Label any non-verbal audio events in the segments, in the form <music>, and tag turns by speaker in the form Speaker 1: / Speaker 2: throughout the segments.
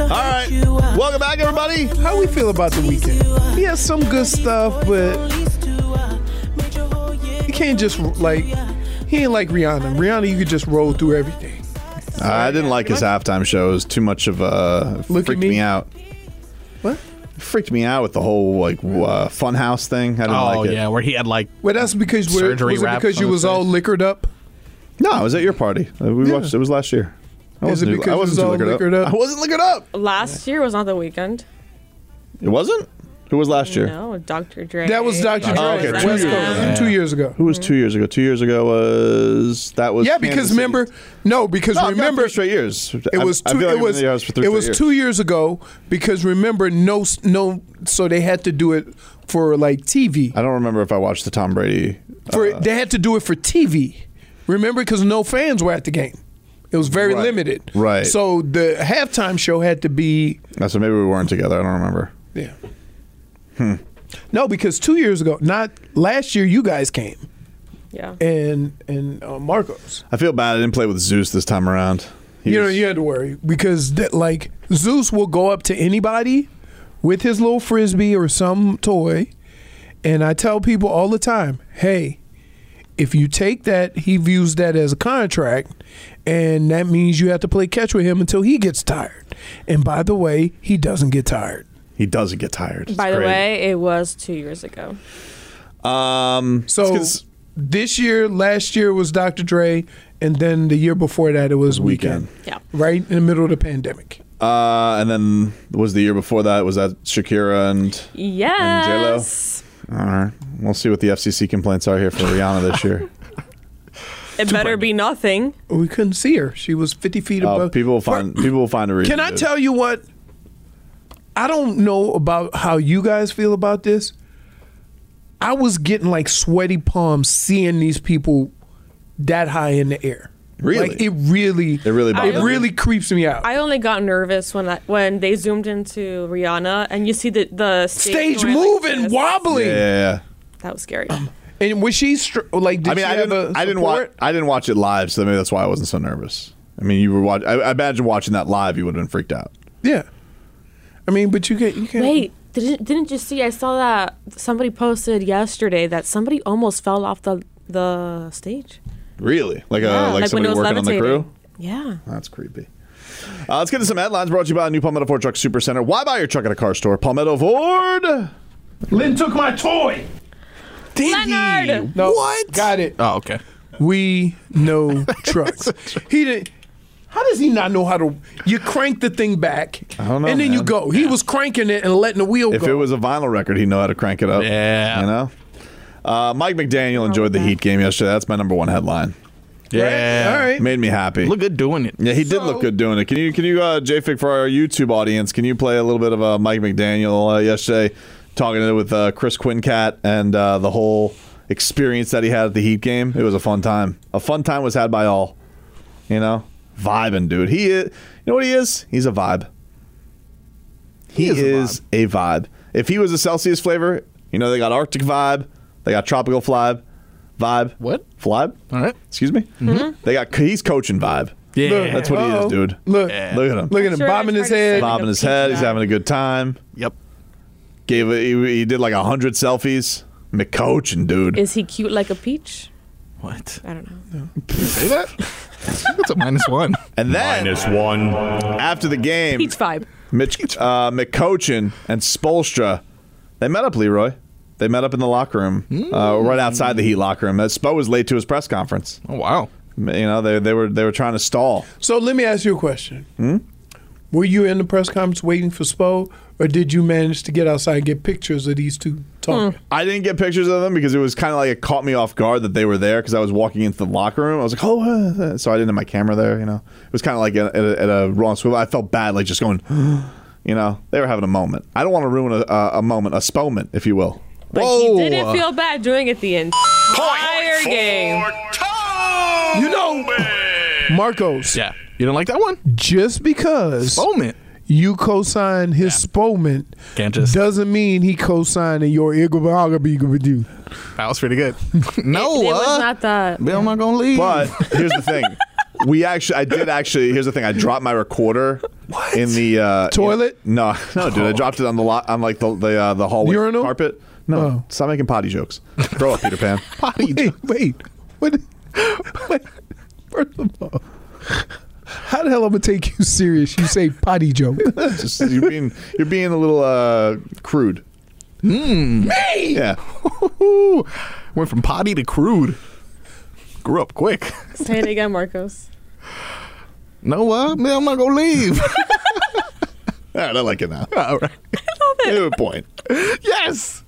Speaker 1: uh.
Speaker 2: back, everybody. How we feel about the weekend? We had some good stuff, but you can't just like he ain't like Rihanna. Rihanna, you could just roll through everything.
Speaker 1: Uh, I didn't like his halftime show. It was too much of a
Speaker 2: Look at
Speaker 1: freaked
Speaker 2: me.
Speaker 1: me out.
Speaker 2: What?
Speaker 1: It freaked me out with the whole like w- uh, funhouse thing. I didn't
Speaker 3: Oh
Speaker 1: like it.
Speaker 3: yeah, where he had like
Speaker 2: Well, that's because we're,
Speaker 3: Surgery
Speaker 2: was it
Speaker 3: wraps
Speaker 2: because
Speaker 3: on
Speaker 2: you
Speaker 3: his
Speaker 2: was all
Speaker 3: face.
Speaker 2: liquored up.
Speaker 1: No, I was at your party. Uh, We watched. It was last year. I
Speaker 2: Is
Speaker 1: wasn't,
Speaker 2: it
Speaker 1: too-
Speaker 2: because
Speaker 1: I
Speaker 2: it
Speaker 1: wasn't
Speaker 2: was all
Speaker 1: too liquored,
Speaker 2: liquored
Speaker 1: up.
Speaker 2: up?
Speaker 1: I wasn't liquored up.
Speaker 4: Last year was not the weekend.
Speaker 1: It wasn't. Who was last year?
Speaker 4: No, Dr. Dre.
Speaker 2: That was Dr. Dre,
Speaker 1: Oh, okay,
Speaker 2: West
Speaker 1: two
Speaker 2: Coast,
Speaker 1: years
Speaker 4: Yeah.
Speaker 1: ago.
Speaker 2: two years ago.
Speaker 1: Who was two years ago? Two years ago was that was
Speaker 2: Yeah, because
Speaker 1: Kansas City.
Speaker 2: remember, no, because
Speaker 1: No, I've gone
Speaker 2: remember,
Speaker 1: three straight years.
Speaker 2: It was
Speaker 1: I,
Speaker 2: two.
Speaker 1: I feel like
Speaker 2: it
Speaker 1: I've
Speaker 2: was,
Speaker 1: been in the house for three
Speaker 2: it
Speaker 1: straight
Speaker 2: was
Speaker 1: years.
Speaker 2: two years ago because remember no s- no so they had to do it for like TV.
Speaker 1: I don't remember if I watched the Tom Brady.
Speaker 2: For
Speaker 1: Uh.
Speaker 2: they had to do it for TV. Remember because no fans were at the game. It was very
Speaker 1: Right.
Speaker 2: limited.
Speaker 1: Right.
Speaker 2: So the halftime show had to be
Speaker 1: Uh, so maybe we weren't together. I don't remember.
Speaker 2: yeah. Hmm. No, because two years ago, not last year, you guys came
Speaker 4: Yeah.
Speaker 2: and and uh, Marcos.
Speaker 1: I feel bad. I didn't play with Zeus this time around. He
Speaker 2: you know,
Speaker 1: was-
Speaker 2: you had to worry because that, like Zeus will go up to anybody with his little frisbee or some toy, and I tell people all the time, hey, if you take that, he views that as a contract, and that means you have to play catch with him until he gets tired. And by the way, he doesn't get tired.
Speaker 1: he doesn't get tired. It's
Speaker 4: By the
Speaker 1: great.
Speaker 4: way, it was two years ago.
Speaker 1: um, it's
Speaker 2: So
Speaker 1: 'cause-
Speaker 2: this year, last year was Dr. Dre, and then the year before that it was
Speaker 1: Weeknd.
Speaker 2: weekend.
Speaker 4: Yeah.
Speaker 2: right in the middle of the pandemic.
Speaker 1: uh, and then was the year before that was that Shakira and
Speaker 4: Yes.
Speaker 1: all right. We'll see what the FCC complaints are here for Rihanna this
Speaker 2: <laughs>
Speaker 1: year.
Speaker 4: It better be nothing.
Speaker 2: We couldn't see her; she was fifty feet
Speaker 1: Uh,
Speaker 2: above.
Speaker 1: people will find people will find a reason.
Speaker 2: Can I
Speaker 1: to-
Speaker 2: tell you what? I don't know about how you guys feel about this. I was getting like sweaty palms seeing these people that high in the air.
Speaker 1: Really?
Speaker 2: Like it really
Speaker 1: It really
Speaker 2: it
Speaker 1: bothers
Speaker 2: really creeps me out.
Speaker 4: I only got nervous when I, when they zoomed into Rihanna and you see the the stage,
Speaker 2: Stage
Speaker 4: going like
Speaker 2: moving, Um,
Speaker 4: this.
Speaker 2: wobbling.
Speaker 1: Yeah, yeah, yeah.
Speaker 4: That was scary.
Speaker 2: And was she str- like? Did
Speaker 1: I mean,
Speaker 2: she
Speaker 1: I
Speaker 2: have
Speaker 1: didn't.
Speaker 2: a
Speaker 1: I didn't watch.
Speaker 2: support?
Speaker 1: I didn't watch it live, so maybe that's why I wasn't so nervous. I mean, you were watch. I, I imagine watching that live, you would have been freaked out.
Speaker 2: Yeah. I mean, but you can't. You can't.
Speaker 4: <clears throat> Wait, didn't didn't you see? I saw that somebody posted yesterday that somebody almost fell off the the stage.
Speaker 1: Really, like a
Speaker 4: Yeah,
Speaker 1: like,
Speaker 4: like when it
Speaker 1: somebody
Speaker 4: was
Speaker 1: working on the
Speaker 4: levitating.
Speaker 1: crew.
Speaker 4: Yeah.
Speaker 1: That's creepy. Uh, let's get to some headlines brought to you by New Palmetto Ford Truck Supercenter. Why buy your truck at a car store? Palmetto Ford.
Speaker 2: Lynn took my toy.
Speaker 4: Leonard!
Speaker 2: No, what? Got it.
Speaker 3: oh okay.
Speaker 2: We
Speaker 1: <laughs>
Speaker 2: know trucks. he didn't. How does he not know how to? You crank the thing back,
Speaker 1: I don't know,
Speaker 2: and then you
Speaker 1: man.
Speaker 2: go. He was cranking it and letting the wheel
Speaker 1: If
Speaker 2: go.
Speaker 1: it was a vinyl record, he'd know how to crank it up.
Speaker 3: Yeah.
Speaker 1: you know. Uh, Mike McDaniel enjoyed the Heat game yesterday. That's my number one headline.
Speaker 3: Yeah.
Speaker 2: All right.
Speaker 1: Made me happy.
Speaker 3: Look good doing it.
Speaker 1: Yeah, he did
Speaker 2: So-
Speaker 1: look good doing it. Can you, can you, uh, JFig, for our YouTube audience, can you play a little bit of uh, Mike McDaniel uh, yesterday talking with uh, Chris Quincat and uh, the whole experience that he had at the Heat game? It was a fun time. A fun time was had by all. You know, vibing, dude. He, is, you know what he is? He's a vibe. He,
Speaker 3: He is a
Speaker 1: is, a, vibe. If he was a Celsius flavor, you know they got Arctic vibe, they got tropical vibe, vibe.
Speaker 3: What?
Speaker 1: vibe?
Speaker 3: All right. Mm-hmm.
Speaker 1: Excuse me. They got he's coaching vibe.
Speaker 3: Yeah.
Speaker 2: Look,
Speaker 1: That's what he
Speaker 2: Uh-oh.
Speaker 1: is, dude.
Speaker 2: Look,
Speaker 3: Yeah.
Speaker 1: Look at him.
Speaker 2: look at him
Speaker 4: Sure,
Speaker 2: bobbing
Speaker 4: it's
Speaker 2: his
Speaker 4: hard to
Speaker 2: head.
Speaker 4: say.
Speaker 1: bobbing his head. He's having a good time.
Speaker 3: Yep.
Speaker 1: Gave a, he, he did like a hundred selfies. McCoachin, dude.
Speaker 4: Is he cute like a peach?
Speaker 3: <laughs> What?
Speaker 4: I don't know.
Speaker 3: Say that? That's a minus one.
Speaker 1: and then
Speaker 5: one.
Speaker 1: after the game,
Speaker 4: Peach vibe.
Speaker 1: Mitch uh, McCoachin and Spolstra, they met up, Leroy. They met up in the locker room, uh, right outside the Heat locker room. Uh, Spo was late to his press conference.
Speaker 3: Oh wow.
Speaker 1: You know, they, they were they were trying to stall.
Speaker 2: So let me ask you a question.
Speaker 1: Hmm?
Speaker 2: Were you in the press conference waiting for Spo, or did you manage to get outside and get pictures of these
Speaker 4: Hmm.
Speaker 2: two talking?
Speaker 1: I didn't get pictures of them because it was kind of like it caught me off guard that they were there because I was walking into the locker room. I was like, oh, uh, uh," so I didn't have my camera there. You know, it was kind of like at at a, at a wrong swivel. I felt bad, like just going, <gasps> you know, they were having a moment. I don't want to ruin a, a, a moment, a spoment, if you will.
Speaker 4: But
Speaker 1: Oh.
Speaker 4: he didn't feel bad doing it the entire game.
Speaker 2: You know, Marcos.
Speaker 3: Yeah. You didn't like that one?
Speaker 2: Just because
Speaker 3: Moment.
Speaker 2: you co-signed his Spoman
Speaker 3: Can't just-
Speaker 2: doesn't mean he co-signing your Igabagabigabadu.
Speaker 3: That was pretty good. no,
Speaker 4: It was
Speaker 3: uh,
Speaker 4: not that.
Speaker 3: Bill, I'm not gonna leave.
Speaker 1: But here's the thing. We actually, I did actually. Here's the thing. I dropped my recorder
Speaker 2: What?
Speaker 1: in the uh,
Speaker 2: Toilet?
Speaker 1: in- no, no, dude. I dropped it on the lot on like the the, uh, the hallway
Speaker 2: Urinal?
Speaker 1: carpet. No,
Speaker 2: Oh.
Speaker 1: stop making potty jokes. Grow up, Peter Pan.
Speaker 2: wait, wait, what? wait. First of all, how the hell I'm gonna take you serious? You say potty joke. <laughs>
Speaker 1: Just, you're being you're being a little uh, crude.
Speaker 2: hey,
Speaker 1: Yeah,
Speaker 3: Ooh, <laughs> went from potty to crude. Grew up quick. <laughs>
Speaker 4: Say it again, Marcos.
Speaker 3: No, uh, man, I'm not gonna leave. <laughs>
Speaker 1: all right, I like it now.
Speaker 3: All right.
Speaker 1: Good point.
Speaker 3: Yes.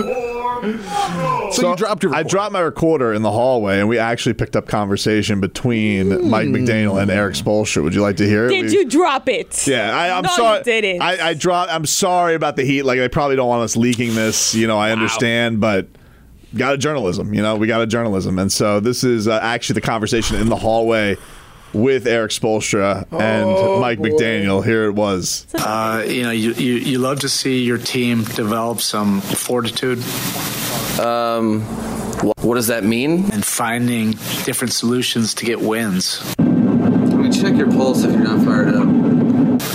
Speaker 3: so, you dropped your.
Speaker 1: I
Speaker 3: recorder.
Speaker 1: dropped my recorder in the hallway, and we actually picked up conversation between Mike McDaniel and Eric Spolster. Would you like to hear it?
Speaker 4: Did
Speaker 1: We-
Speaker 4: you drop it?
Speaker 1: Yeah, I, I'm
Speaker 4: No, you
Speaker 1: sorry.
Speaker 4: didn't.
Speaker 1: I, I dropped. I'm sorry about the heat. Like they probably don't want us leaking this. You know, I understand, but got a journalism. You know, we got a journalism, and so this is uh, actually the conversation in the hallway with Eric Spolstra and Mike McDaniel. Here it was.
Speaker 5: Uh, you know, you, you, you love to see your team develop some fortitude
Speaker 6: Wh- What does that mean?
Speaker 5: and finding different solutions to get wins.
Speaker 7: I mean, check your pulse if you're not fired up.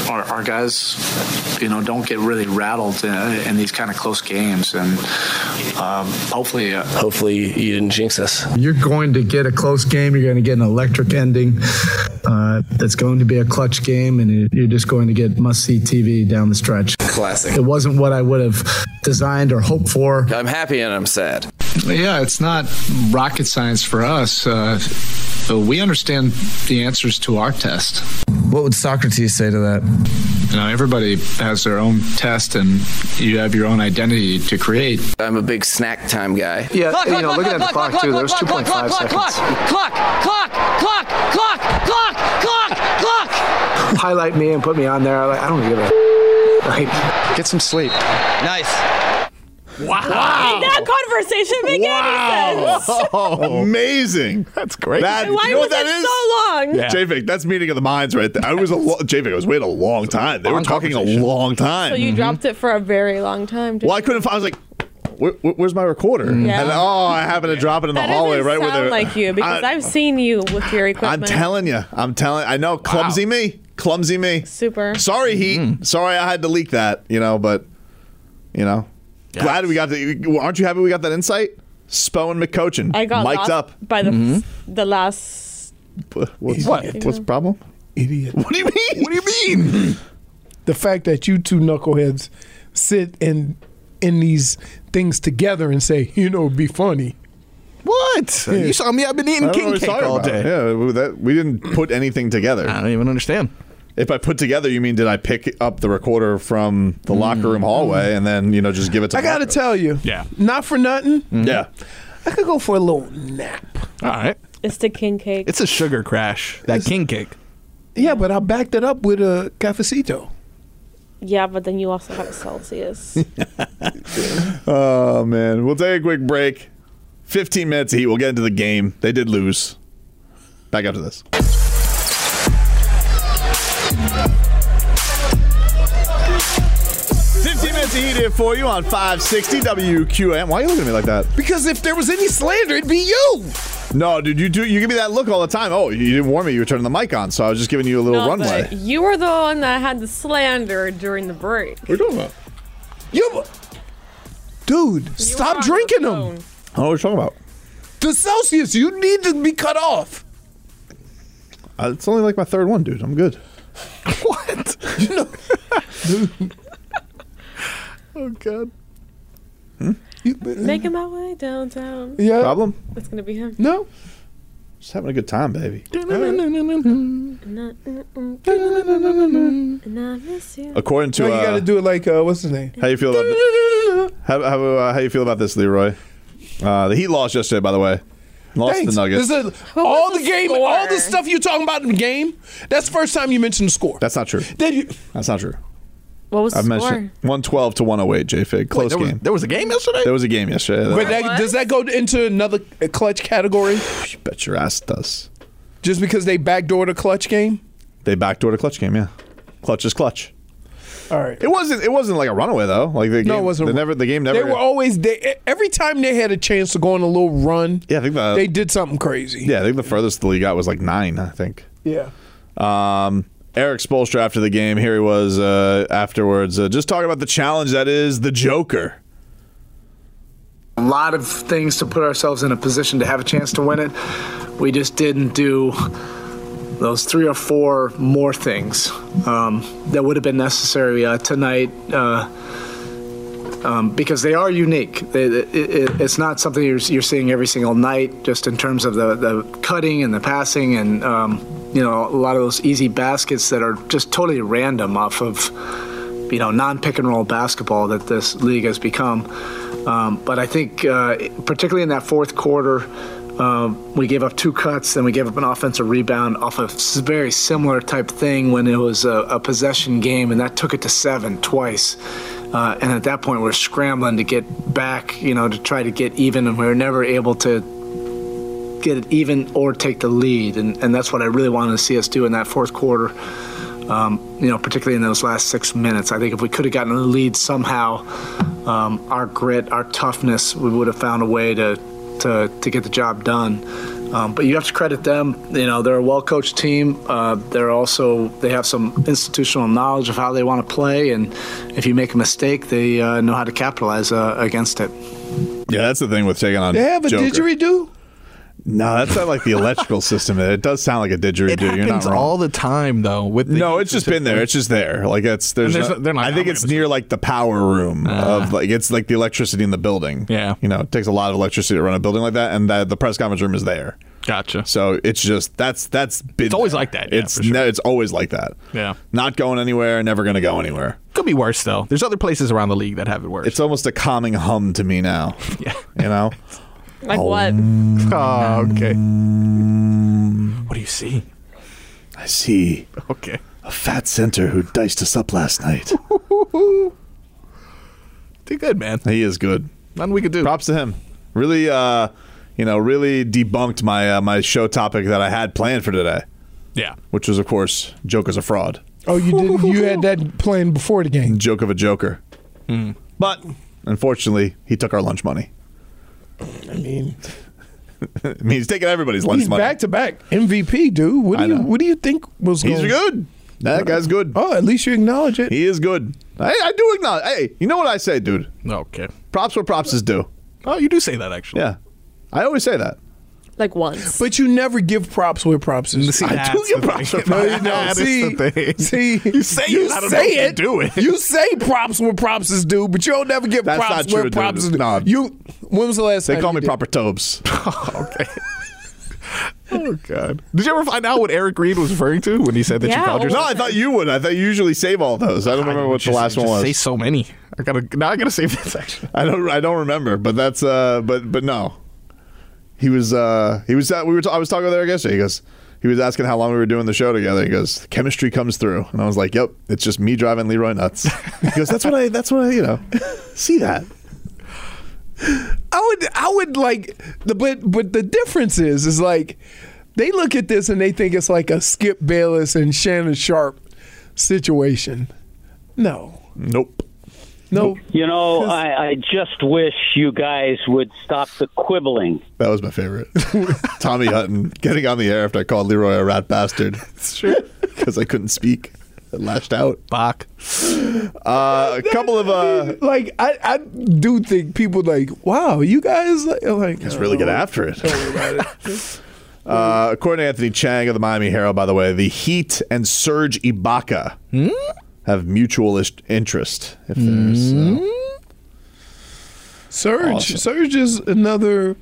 Speaker 5: Our, our guys, you know, don't get really rattled in, in these kind of close games, and um, hopefully, uh,
Speaker 6: Hopefully, you didn't jinx us.
Speaker 8: You're going to get a close game. You're going to get an electric ending. Uh, that's going to be a clutch game, and you- you're just going to get must see TV down the stretch.
Speaker 6: Classic.
Speaker 8: It wasn't what I would have designed or hoped for.
Speaker 6: I'm happy and I'm sad.
Speaker 9: Yeah, it's not rocket science for us. Uh, we understand the answers to our test.
Speaker 10: What would Socrates say to that?
Speaker 9: You know, everybody has their own test, and you have your own identity to create.
Speaker 6: I'm a big snack time guy.
Speaker 7: Yeah, you know, looking at the clock, too, there's 2.5 seconds.
Speaker 8: Highlight me and put me on there. I, like, I don't give a.
Speaker 9: Like, get some sleep.
Speaker 10: Nice.
Speaker 4: That
Speaker 1: Oh.
Speaker 4: conversation make any
Speaker 1: <laughs>
Speaker 4: sense.
Speaker 1: Amazing.
Speaker 3: Oh, That's great.
Speaker 1: That,
Speaker 4: Why
Speaker 1: you know what
Speaker 4: was
Speaker 1: that
Speaker 4: it
Speaker 1: is?
Speaker 4: so long?
Speaker 3: Yeah.
Speaker 1: J-Vic, that's meeting of the minds right there. I was a lo- J-Vic, I was waiting a long time. They were
Speaker 3: Long
Speaker 1: talking a
Speaker 3: conversation.
Speaker 1: long time.
Speaker 4: So you dropped it for a very long time.
Speaker 1: Mm-hmm.
Speaker 4: didn't
Speaker 1: Well, I
Speaker 4: you?
Speaker 1: couldn't find. I was like, where, where- "Where's my recorder?"
Speaker 4: Yeah.
Speaker 1: And oh, I happened to drop it in the
Speaker 4: that
Speaker 1: hallway
Speaker 4: doesn't
Speaker 1: right
Speaker 4: sound
Speaker 1: where they
Speaker 4: like you because I,
Speaker 1: <laughs> I,
Speaker 4: have seen you with your
Speaker 1: am
Speaker 4: equipment.
Speaker 1: telling you, I'm telling. I know, clumsy me, clumsy me.
Speaker 4: Super.
Speaker 1: Sorry, Heat. Sorry, I had to leak that. You know, but you know, glad we got the. Aren't you happy we got that insight? Spo and McCochin.
Speaker 4: I got
Speaker 1: mic'd
Speaker 4: lost
Speaker 1: up. Mm-hmm.
Speaker 4: by the the last.
Speaker 1: What's, what? What's the problem?
Speaker 2: idiot.
Speaker 1: What do you mean? What do you mean?
Speaker 2: The fact that you two knuckleheads sit and in these things together and say, you know, it'd be funny.
Speaker 3: What? You saw me. I've been eating king cake all day. Ah.
Speaker 1: Yeah, we- that, we didn't put anything together.
Speaker 3: I don't even understand.
Speaker 1: If I put together, you mean did I pick up the recorder from the locker room hallway and then you know just give it to?
Speaker 2: I gotta
Speaker 1: Marco?
Speaker 2: tell you,
Speaker 3: Yeah.
Speaker 2: not for nothing.
Speaker 1: Yeah,
Speaker 2: I could go for a little nap.
Speaker 3: All right.
Speaker 4: It's the king cake.
Speaker 3: It's a sugar crash. That king cake.
Speaker 2: Yeah, but I backed it up with a cafecito.
Speaker 4: yeah, but then you also have a Celsius.
Speaker 1: Oh man, we'll take a quick break. Fifteen minutes of heat. We'll get into the game. They did lose. Back up to this. Fifteen minutes of heat here for you on five sixty WQM. Why are you looking at me like that?
Speaker 2: Because if there was any slander, it'd be you.
Speaker 1: No, dude, you do. You give me that look all the time. Oh, you didn't warn me. You were turning the mic on, so I was just giving you a little
Speaker 4: No,
Speaker 1: runway.
Speaker 4: but You were the one that had the slander during the break.
Speaker 1: What are you talking about?
Speaker 2: You, dude, stop drinking them.
Speaker 1: I don't know what you're talking about.
Speaker 2: The Celsius, you need to be cut <laughs> off.
Speaker 1: Uh, It's only like my third one, dude. I'm good.
Speaker 3: What?
Speaker 2: <laughs>
Speaker 3: oh god.
Speaker 2: Hmm?
Speaker 4: Making my way downtown.
Speaker 2: Yeah.
Speaker 1: Problem?
Speaker 4: That's gonna be him.
Speaker 2: No.
Speaker 1: Just having a good time, baby.
Speaker 4: And I- and I miss you.
Speaker 1: According to
Speaker 2: No, you
Speaker 1: uh,
Speaker 2: gotta do it like uh, what's his <laughs> name?
Speaker 1: how you feel about how how, uh, how you feel about this, Leroy? Uh, the Heat lost yesterday, by the way. Lost
Speaker 2: Thanks.
Speaker 1: the Nuggets.
Speaker 2: This is- all the
Speaker 4: the
Speaker 2: game,
Speaker 4: score?
Speaker 2: all the stuff you're talking about in the game. That's the first time you mentioned the score.
Speaker 1: That's not true.
Speaker 2: then you,
Speaker 1: That's not true.
Speaker 4: What was the
Speaker 1: I mentioned
Speaker 4: score?
Speaker 1: 112 to 108. J Fig, close
Speaker 3: There was,
Speaker 1: game.
Speaker 3: there was a game yesterday.
Speaker 1: there was a game yesterday.
Speaker 2: but
Speaker 1: I
Speaker 2: that, does that go into another uh, clutch category?
Speaker 1: bet your ass it does.
Speaker 2: Just because they backdoored a clutch game?
Speaker 1: They backdoored a clutch game. Yeah, clutch is clutch.
Speaker 2: All right.
Speaker 1: It wasn't. It wasn't like a runaway though. Like the game,
Speaker 2: No, it wasn't.
Speaker 1: They never. The game never.
Speaker 2: They were always they e, every time they had a chance to go on a little run.
Speaker 1: Yeah, I think the-
Speaker 2: they did something crazy.
Speaker 1: yeah, I think the furthest the league got was like nine. I think.
Speaker 2: yeah.
Speaker 1: Um, Eric Spolstra after the game. Here he was uh, afterwards, uh, just talking about the challenge that is the Joker.
Speaker 8: a lot of things to put ourselves in a position to have a chance to win it. We just didn't do those three or four more things um, that would have been necessary uh, tonight. Uh, um, because they are unique. They, it, it, it's not something you're, you're seeing every single night, just in terms of the, the cutting and the passing, and um, you know a lot of those easy baskets that are just totally random off of you know non pick and roll basketball that this league has become. Um, but I think, uh, particularly in that fourth quarter. Um, we gave up two cuts, then we gave up an offensive rebound off a s- very similar type thing when it was a, a possession game, and that took it to seven twice. Uh, and at that point, we are scrambling to get back, you know, to try to get even, and we were never able to get it even or take the lead. And, and that's what I really wanted to see us do in that fourth quarter, um, you know, particularly in those last six minutes. I think if we could have gotten the lead somehow, um, our grit, our toughness, we would have found a way to, to, to get the job done. Um, but you have to credit them. You know, they're a well-coached team. Uh, they're also they have some institutional knowledge of how they want to play, and if you make a mistake, they uh, know how to capitalize uh, against it.
Speaker 1: Yeah, that's the thing with taking on.
Speaker 2: They have a
Speaker 1: Joker.
Speaker 2: didgeridoo.
Speaker 1: No, that's not like the electrical system. It does sound like a didgeridoo.
Speaker 3: It
Speaker 1: You're not
Speaker 3: happens
Speaker 1: wrong.
Speaker 3: all the time, though. With the
Speaker 1: no, it's just been there. It's just there. Like it's there's.
Speaker 3: And there's-
Speaker 1: no-
Speaker 3: they're not- Ah.
Speaker 1: I think it's near like the power room of like it's like the electricity in the building.
Speaker 3: Yeah.
Speaker 1: you know, it takes a lot of electricity to run a building like that, and that the press conference room is there.
Speaker 3: Gotcha.
Speaker 1: So it's just that's that's been
Speaker 3: It's always
Speaker 1: there.
Speaker 3: like that, yeah,
Speaker 1: it's
Speaker 3: for sure.
Speaker 1: ne- it's always like that.
Speaker 3: Yeah.
Speaker 1: not going anywhere. Never going to go anywhere.
Speaker 3: Could be worse though. There's other places around the league that have it worse.
Speaker 1: It's almost a calming hum to me now.
Speaker 3: <laughs> Yeah.
Speaker 1: you know.
Speaker 4: Like what?
Speaker 3: Oh, okay. What do you see?
Speaker 1: I see
Speaker 3: Okay.
Speaker 1: a fat center who diced us up last night.
Speaker 3: Did good, man.
Speaker 1: he is good.
Speaker 3: Nothing we could do.
Speaker 1: props to him. Really, uh, you know, really debunked my uh, my show topic that I had planned for today,
Speaker 3: Yeah.
Speaker 1: which was, of course, Joker's a fraud,
Speaker 2: Oh, you did.
Speaker 1: <laughs>
Speaker 2: You had that playing before the game.
Speaker 1: joke of a joker.
Speaker 2: Hmm.
Speaker 1: But unfortunately, he took our lunch money.
Speaker 2: I mean,
Speaker 1: I mean, he's taking everybody's lunch
Speaker 2: he's
Speaker 1: money.
Speaker 2: back to back MVP, dude. What
Speaker 1: I
Speaker 2: do you
Speaker 1: know.
Speaker 2: What do you think was?
Speaker 1: he's
Speaker 2: going-
Speaker 1: good. That guy's good.
Speaker 2: Oh, at least you acknowledge it.
Speaker 1: He is good. I, I do acknowledge. Hey, you know what I say, dude?
Speaker 3: Okay.
Speaker 1: Props where props is due.
Speaker 3: Oh, you do say that actually.
Speaker 1: Yeah, I always say that.
Speaker 4: Like once.
Speaker 2: But you never give props where props is.
Speaker 3: See,
Speaker 1: I do
Speaker 3: that's
Speaker 1: give
Speaker 3: the
Speaker 1: props.
Speaker 3: thing.
Speaker 1: where props-
Speaker 2: No, you don't.
Speaker 3: That is
Speaker 2: See,
Speaker 3: the thing.
Speaker 2: see,
Speaker 1: <laughs>
Speaker 3: You say it, I don't know if you do it.
Speaker 2: You say props where props is due, but you don't never give
Speaker 1: That's not
Speaker 2: props
Speaker 1: true,
Speaker 2: where
Speaker 1: dude.
Speaker 2: props is due.
Speaker 1: No.
Speaker 2: You. When was the last
Speaker 1: They
Speaker 2: time
Speaker 1: call
Speaker 2: you
Speaker 1: me
Speaker 2: did?
Speaker 1: proper Tobes. <laughs>
Speaker 3: Oh God! Did you ever find out what Eric Reed was referring to when he said that you
Speaker 4: Yeah,
Speaker 3: called
Speaker 4: well-
Speaker 1: No, I thought you would. I thought you usually save all those. I don't remember what the
Speaker 3: Just-
Speaker 1: last one
Speaker 3: just
Speaker 1: was.
Speaker 3: Say so many. I gotta now. I gotta save this actually.
Speaker 1: I don't I don't remember, but that's uh but but no. He was uh he was at we were t- I was talking with Eric yesterday. He goes he was asking how long we were doing the show together. He goes, "Chemistry comes through," and I was like, "Yep, it's just me driving Leroy nuts." He goes, "That's what I. That's what I. You know, see that?
Speaker 2: I would I would like the but but the difference is is like they look at this and they think it's like a Skip Bayless and Shannon Sharp situation. No.
Speaker 1: Nope.
Speaker 2: No.
Speaker 11: You know, I, I just wish you guys would stop the quibbling.
Speaker 1: That was my favorite. <laughs> Tommy Hutton getting on the air after I called Leroy a rat bastard. <laughs> It's true because I couldn't speak. I lashed out.
Speaker 3: Bach.
Speaker 1: Uh, a couple of uh,
Speaker 2: <laughs> Like I, I do think people like, wow, you guys like, like
Speaker 1: Let's really get after it. <laughs> uh, according to Anthony Chang of the Miami Herald, by the way, the Heat and Serge Ibaka have mutual is- interest. If there's, uh,
Speaker 2: Surge.
Speaker 1: Awesome.
Speaker 2: Surge is another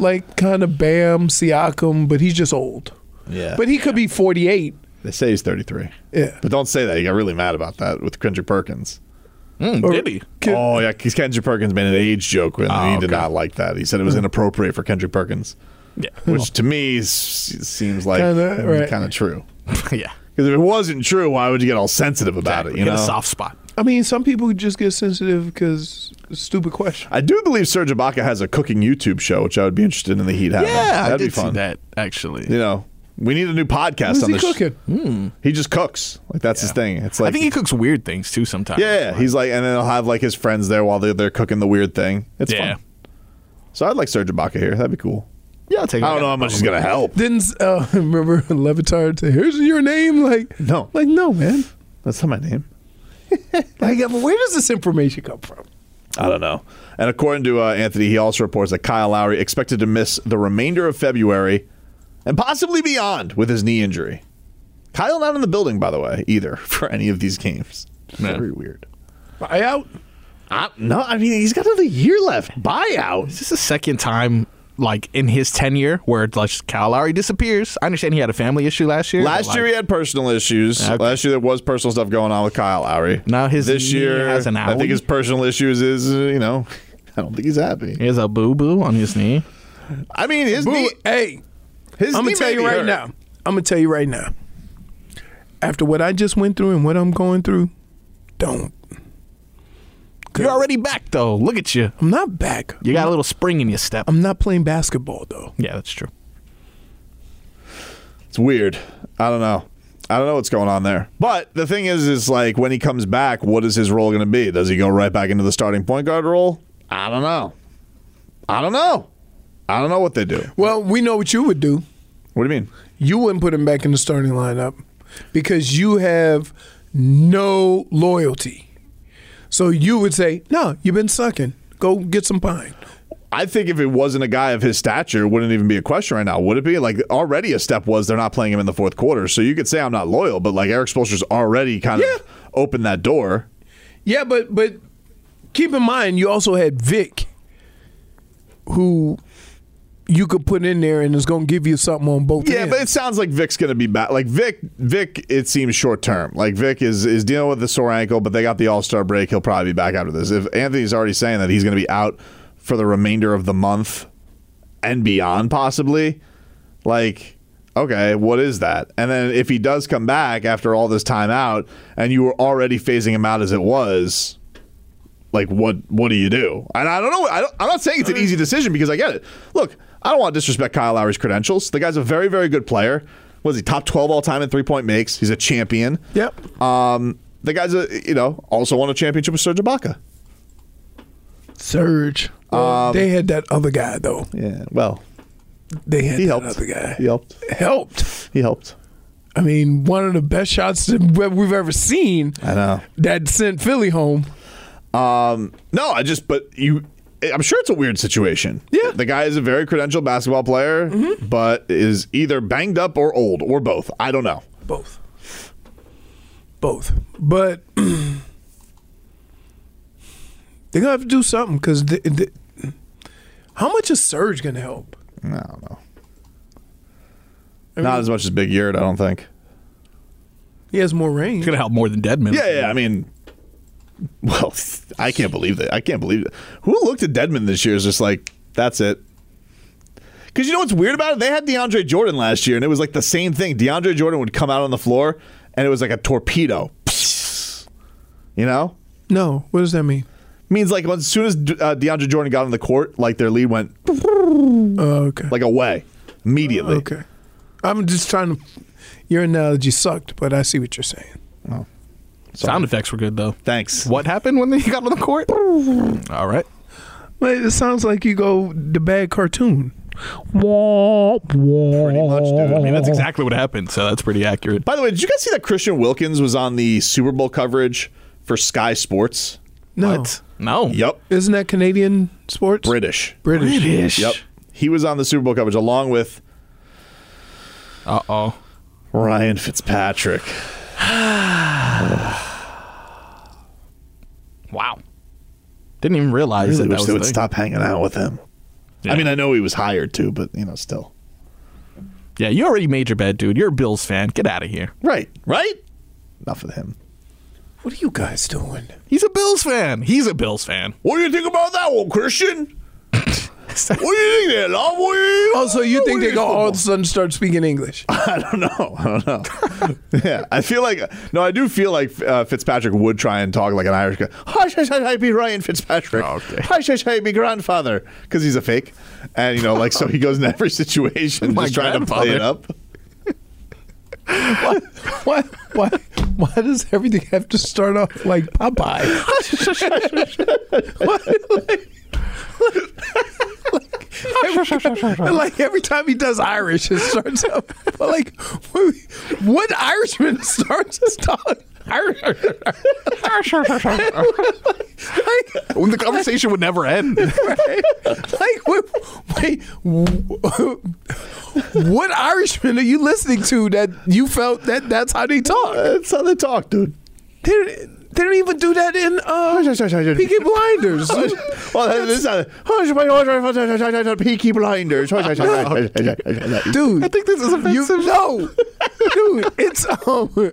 Speaker 2: like kind of Bam Siakam, but he's just old.
Speaker 1: yeah,
Speaker 2: But he could be forty eight.
Speaker 1: they say he's 33.
Speaker 2: Yeah.
Speaker 1: But don't say that. You got really mad about that with Kendrick Perkins.
Speaker 2: Or-
Speaker 3: did he?
Speaker 2: Could-
Speaker 1: oh yeah, because Kendrick Perkins made an age joke with him, and he did not like that. He said it was inappropriate for Kendrick Perkins,
Speaker 3: <laughs> Yeah.
Speaker 1: which to me s- seems like
Speaker 2: Kinda, right.
Speaker 1: kind of true.
Speaker 3: <laughs> yeah.
Speaker 1: Because if it wasn't true, why would you get all sensitive about
Speaker 3: Exactly.
Speaker 1: it? You
Speaker 3: Hit
Speaker 1: know,
Speaker 3: a soft spot.
Speaker 2: I mean, some people just get sensitive because stupid question.
Speaker 1: I do believe Serge Ibaka has a cooking YouTube show, which I would be interested in the Heat having.
Speaker 3: Yeah,
Speaker 1: that'd
Speaker 3: I did
Speaker 1: be fun.
Speaker 3: see that actually.
Speaker 1: You know, we need a new podcast
Speaker 2: What's
Speaker 1: on
Speaker 2: he
Speaker 1: this.
Speaker 2: cooking?
Speaker 1: He just cooks. Like that's his thing. It's like
Speaker 3: I think he cooks weird things too sometimes.
Speaker 1: yeah, he's like, and then he'll have like his friends there while they're they're cooking the weird thing. It's
Speaker 3: Yeah.
Speaker 1: fun. So I'd like Serge Ibaka here. That'd be cool.
Speaker 3: Yeah, I'll take.
Speaker 1: I don't know how much he's gonna help.
Speaker 2: Didn't uh, <laughs> remember Levitard say, "Here's your name." Like no, like no, man.
Speaker 1: That's not my name.
Speaker 2: like, where does this information come from?
Speaker 1: I don't know. And according to uh, Anthony, he also reports that Kyle Lowry expected to miss the remainder of February and possibly beyond with his knee injury. Kyle not in the building, by the way, either <laughs> for any of these games. Very weird.
Speaker 2: Buyout?
Speaker 1: I, no, I mean he's got another year left. Buyout.
Speaker 3: Is this the second time? Like in his tenure, where like Kyle Lowry disappears. I understand he had a family issue last year. but,
Speaker 1: Last year
Speaker 3: like,
Speaker 1: he had personal issues. Last year there was personal stuff going on with Kyle Lowry.
Speaker 3: Now his
Speaker 1: this
Speaker 3: knee
Speaker 1: year
Speaker 3: has an
Speaker 1: I
Speaker 3: owie.
Speaker 1: think his personal issues is uh, you know <laughs> I don't think he's happy.
Speaker 3: he has a boo boo on his knee.
Speaker 1: I mean his
Speaker 2: Boo-
Speaker 1: knee.
Speaker 2: Hey,
Speaker 1: his
Speaker 2: I'm
Speaker 1: knee
Speaker 2: gonna tell
Speaker 1: may
Speaker 2: you
Speaker 1: be
Speaker 2: right
Speaker 1: hurt.
Speaker 2: now. I'm gonna tell you right now. After what I just went through and what I'm going through, don't.
Speaker 3: You're already back though. Look at you.
Speaker 2: I'm not back.
Speaker 3: You got a little spring in your step.
Speaker 2: I'm not playing basketball though.
Speaker 3: Yeah, that's true.
Speaker 1: It's weird. I don't know. I don't know what's going on there. But the thing is, is like when he comes back, what is his role going to be? Does he go right back into the starting point guard role? I don't know. I don't know. I don't know what they do.
Speaker 2: Well, we know what you would do.
Speaker 1: What do you mean?
Speaker 2: You wouldn't put him back in the starting lineup because you have no loyalty. So you would say, "No, you've been sucking. Go get some pine."
Speaker 1: I think if it wasn't a guy of his stature, it wouldn't even be a question right now, would it be? Like already a step was they're not playing him in the fourth quarter, so you could say I'm not loyal, but like Eric Spoelstra's already kind of opened that door.
Speaker 2: Yeah, but but keep in mind you also had Vic, who you could put in there and is going to give you something on both.
Speaker 1: Yeah,
Speaker 2: ends.
Speaker 1: but it sounds like Vic's going to be back. Like Vic, Vic, it seems short term. Like Vic is is dealing with the sore ankle, but they got the All Star break. He'll probably be back after this. If Anthony's already saying that he's going to be out for the remainder of the month and beyond, possibly, like. Okay, what is that? And then if he does come back after all this time out, and you were already phasing him out as it was, like what what do you do? And I don't know. I don't, I'm not saying it's an easy decision because I get it. Look, I don't want to disrespect Kyle Lowry's credentials. The guy's a very very good player. Was he top 12 all time in three point makes? He's a champion.
Speaker 2: Yep.
Speaker 1: Um, the guy's a you know also won a championship with Serge Ibaka.
Speaker 2: Surge.
Speaker 1: Um,
Speaker 2: Well, they had that other guy though.
Speaker 1: Yeah. Well,
Speaker 2: They had
Speaker 1: he
Speaker 2: that
Speaker 1: helped.
Speaker 2: other guy.
Speaker 1: He helped.
Speaker 2: Helped.
Speaker 1: He helped.
Speaker 2: I mean, one of the best shots that we- we've ever seen
Speaker 1: I know.
Speaker 2: that sent Philly home.
Speaker 1: Um, no, I just but you. I'm sure it's a weird situation. Yeah, the guy is a very credentialed basketball player, but is either banged up or old or both. I don't know.
Speaker 2: Both. Both. But <clears throat> they're gonna have to do something because how much is Surge gonna help?
Speaker 1: I don't know. Not as much as Big Yurt, I don't think.
Speaker 2: He has more
Speaker 3: It's
Speaker 2: range.
Speaker 3: gonna help more than Deadman.
Speaker 1: Yeah, yeah. I mean, <laughs> well, I can't believe that. I can't believe it. Who looked at Deadman this year is just like, that's it. Because you know what's weird about it? They had DeAndre Jordan last year, and it was like the same thing. DeAndre Jordan would come out on the floor, and it was like a torpedo. You know?
Speaker 2: No, what does that mean?
Speaker 1: Means like as soon as uh, DeAndre Jordan got on the court, like their lead went
Speaker 2: Oh, okay.
Speaker 1: like away immediately.
Speaker 2: Okay. I'm just trying to. Your analogy sucked, but I see what you're saying.
Speaker 3: Sound effects were good though.
Speaker 1: Thanks.
Speaker 3: What happened when they got on the court? All right.
Speaker 2: Well, it sounds like you go the bad cartoon.
Speaker 1: Pretty much, dude.
Speaker 3: I
Speaker 1: <laughs>
Speaker 3: mean, that's exactly what happened. So that's pretty accurate.
Speaker 1: By the way, did you guys see that Christian Wilkins was on the Super Bowl coverage for Sky Sports?
Speaker 2: No,
Speaker 3: No.
Speaker 1: Yep.
Speaker 2: isn't that Canadian sports?
Speaker 1: British.
Speaker 2: British.
Speaker 1: Yep. He was on the Super Bowl coverage along with
Speaker 3: Uh oh.
Speaker 1: Ryan Fitzpatrick.
Speaker 3: Wow. Didn't even realize
Speaker 1: really wish
Speaker 3: that, that was
Speaker 1: they
Speaker 3: the
Speaker 1: would
Speaker 3: thing.
Speaker 1: stop hanging out with him.
Speaker 3: Yeah.
Speaker 1: I mean, I know he was hired too, but you know, still.
Speaker 3: Yeah, you already made your bed, dude. You're a Bills fan. Get out of here.
Speaker 1: Right. Right? Enough of him.
Speaker 2: What are you guys doing?
Speaker 3: He's a Bills fan. He's a Bills fan.
Speaker 1: What do you think about that one, Christian? <laughs> what do you think there, love? What do you-
Speaker 2: Oh, so you
Speaker 1: what do
Speaker 2: think they go
Speaker 1: think
Speaker 2: all
Speaker 1: about-
Speaker 2: of a sudden start speaking English?
Speaker 1: <laughs> I don't know. I don't know. yeah, I feel like no, I do feel like uh, Fitzpatrick would try and talk like an Irish guy. Hi, should I be Ryan Fitzpatrick?
Speaker 3: Oh, okay.
Speaker 1: Hi, should I be grandfather? Because he's a fake, and you know, like so he goes in every situation
Speaker 3: <laughs> My
Speaker 1: just trying to play it up.
Speaker 2: Why? Why? <laughs>
Speaker 1: <laughs>
Speaker 2: Why does everything have to start off like
Speaker 3: <laughs>
Speaker 2: Popeye? Why- like- like- Every- like every time he does Irish, it starts up. But like, what Irishman starts his tongue? Irish.
Speaker 3: When the conversation would never
Speaker 2: <laughs>
Speaker 3: end.
Speaker 2: Like, wait, wait, <laughs> what Irishman are you listening to that you felt that that's how they talk? That's
Speaker 1: how they talk, dude.
Speaker 2: They don't, they don't even do that in uh, Peaky
Speaker 3: <laughs>
Speaker 2: Blinders.
Speaker 1: well, that is a Peaky Blinders.
Speaker 2: dude. I
Speaker 3: think this is offensive.
Speaker 2: You, no, dude, it's um,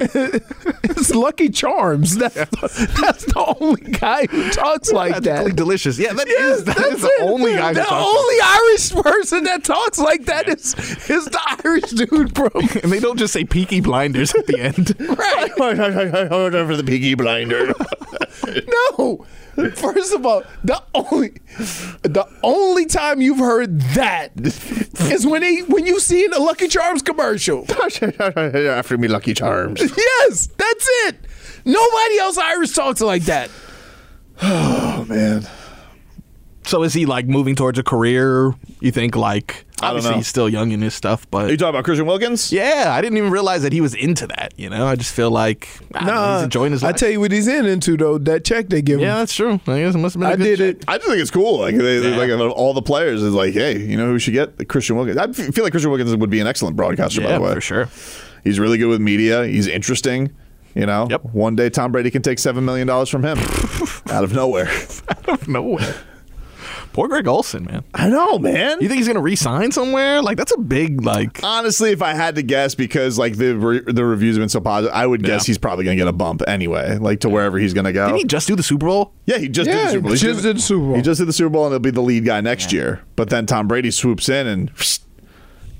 Speaker 2: it's Lucky Charms. That's that's the only guy who talks like that.
Speaker 3: delicious. Yeah, that is that
Speaker 2: that's
Speaker 3: is the
Speaker 2: it.
Speaker 3: only guy. who
Speaker 2: The
Speaker 3: talks-
Speaker 2: only Irish person that talks like that is is the Irish dude, bro.
Speaker 3: <laughs> <laughs> and they don't just say Peaky Blinders at the end.
Speaker 2: Right? <laughs>
Speaker 1: for the Peaky Blinder.
Speaker 2: No. First of all, the only the only time you've heard that is when they when you seen a Lucky Charms commercial.
Speaker 1: <laughs> After me, Lucky Charms.
Speaker 2: Yes, that's it. Nobody else Irish talks like that.
Speaker 1: Oh man.
Speaker 3: So is he like moving towards a career? You think like
Speaker 1: I don't
Speaker 3: obviously
Speaker 1: know.
Speaker 3: he's still young in his stuff, but
Speaker 1: Are you talking about Christian Wilkins?
Speaker 3: yeah, I didn't even realize that he was into that. You know, I just feel like I don't know, he's enjoying his
Speaker 2: I
Speaker 3: life.
Speaker 2: tell you what he's in into though. That check they give
Speaker 3: yeah,
Speaker 2: him.
Speaker 3: that's true. I guess it must have been. a
Speaker 2: I
Speaker 3: good
Speaker 2: did
Speaker 3: check.
Speaker 2: it.
Speaker 1: I just think it's cool. Like, they, like out of all the players is like, hey, you know who we should get? Christian Wilkins. I f- feel like Christian Wilkins would be an excellent broadcaster. by
Speaker 3: Yeah,
Speaker 1: the way,
Speaker 3: for sure.
Speaker 1: He's really good with media. He's interesting. You know.
Speaker 3: Yep.
Speaker 1: One day, Tom Brady can take seven million dollars from
Speaker 3: <laughs>
Speaker 1: him out of nowhere.
Speaker 3: Nowhere. <laughs> Poor Greg Olson, man.
Speaker 1: <laughs> I know, man.
Speaker 3: You think he's gonna re-sign somewhere? Like that's a big like.
Speaker 1: Honestly, if I had to guess, because like the re- the reviews have been so positive, I would guess he's probably going to get a bump anyway, like to wherever he's going to go.
Speaker 3: Didn't he just do the Super Bowl?
Speaker 1: yeah, he just did
Speaker 2: Yeah,
Speaker 1: the Super Bowl.
Speaker 2: he just did the Super Bowl.
Speaker 1: He just did the Super Bowl, and he'll be the lead guy next year. But then Tom Brady swoops in and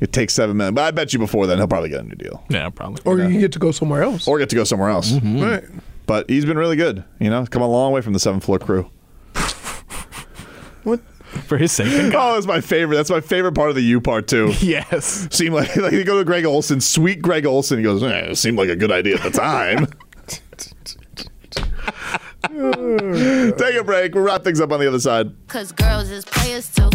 Speaker 1: it takes seven million. But I bet you before then he'll probably get a new deal
Speaker 3: Yeah, probably.
Speaker 2: Or you get to go somewhere else.
Speaker 1: or get to go somewhere else.
Speaker 2: Right.
Speaker 1: But he's been really good. You know, come a long way from the seventh floor crew.
Speaker 3: for his sake.
Speaker 1: <laughs>
Speaker 3: thank God.
Speaker 1: Oh, that's my favorite. That's my favorite part of the U part too.
Speaker 3: yes.
Speaker 1: Seemed like <laughs> like you go to Greg Olson, sweet Greg Olson. He goes, eh, it seemed like a good idea at the
Speaker 2: <laughs>
Speaker 1: time. Take a break. We'll wrap things up on the other side.
Speaker 12: Cause girls is players too.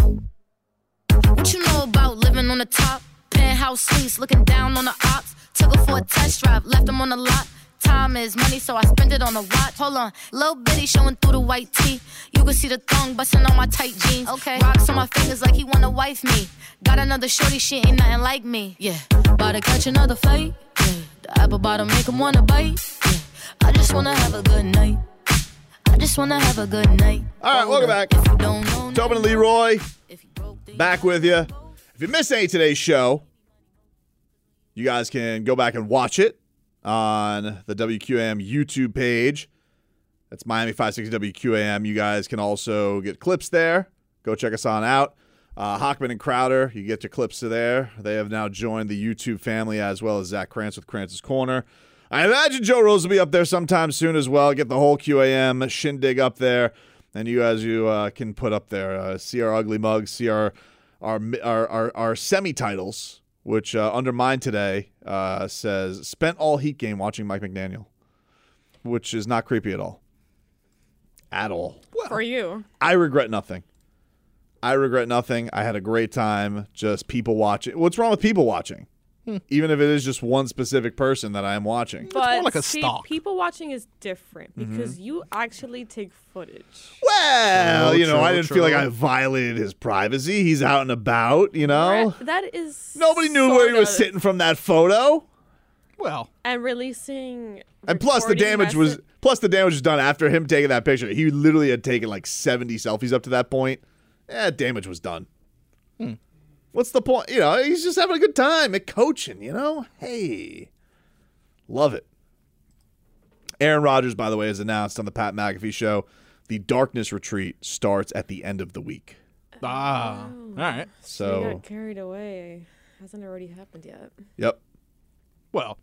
Speaker 12: What you know about living on the top? Penthouse suites, looking down on the ops. Took her for a test drive, left them on the lot. Time is money, so I spend it on a watch. Hold on, little bitty showing through the white tee. You can see the thong busting on my tight jeans. Okay, rocks on my fingers like he wanna wife me. Got another shorty, she ain't nothing like me. Yeah, about to catch another fight. Yeah, the apple bottom make him wanna bite. Yeah, I just wanna have a good night. I just wanna have a good night.
Speaker 1: All right, welcome back. Tobin and Leroy back with you. If you missed any of today's show, you guys can go back and watch it on the WQAM YouTube page. That's Miami 560 WQAM. You guys can also get clips there. Go check us on out. Uh, Hockman and Crowder, you get your clips to there. They have now joined the YouTube family as well as Zach Krantz with Krantz's Corner. I imagine Joe Rose will be up there sometime soon as well. Get the whole QAM shindig up there, and you guys you uh, can put up there. Uh, see our ugly mugs, see our our mi- our our, our semi titles, which uh, undermined today uh, says spent all Heat game watching Mike McDaniel, which is not creepy at all, at all.
Speaker 4: For you.
Speaker 1: I regret nothing. I regret nothing. I had a great time just people watching. What's wrong with people watching? Even if it is just one specific person that I am watching.
Speaker 4: But
Speaker 3: like a
Speaker 4: see,
Speaker 3: stalk.
Speaker 4: people watching is different
Speaker 1: Mm-hmm.
Speaker 4: because you actually take footage.
Speaker 1: Well,
Speaker 3: True,
Speaker 1: you know, I
Speaker 3: true,
Speaker 1: didn't feel like
Speaker 3: true.
Speaker 1: I violated his privacy. He's out and about, you know?
Speaker 4: Re- That is
Speaker 1: Oh. Nobody knew where he was
Speaker 4: sorta-
Speaker 1: sitting from that photo.
Speaker 3: Well,
Speaker 4: And releasing.
Speaker 1: And plus the
Speaker 4: recording
Speaker 1: damage
Speaker 4: messa-
Speaker 1: was plus the damage was done after him taking that picture. He literally had taken like 70 selfies up to that point. Eh, damage was done. What's the point? You know, he's just having a good time at coaching, you know? Hey. Love it. Aaron Rodgers, by the way, has announced on the Pat McAfee show the darkness retreat starts at the end of the week.
Speaker 3: ah, all right.
Speaker 4: You
Speaker 1: So,
Speaker 4: got carried away. Hasn't already happened yet.
Speaker 1: yep.
Speaker 3: Well,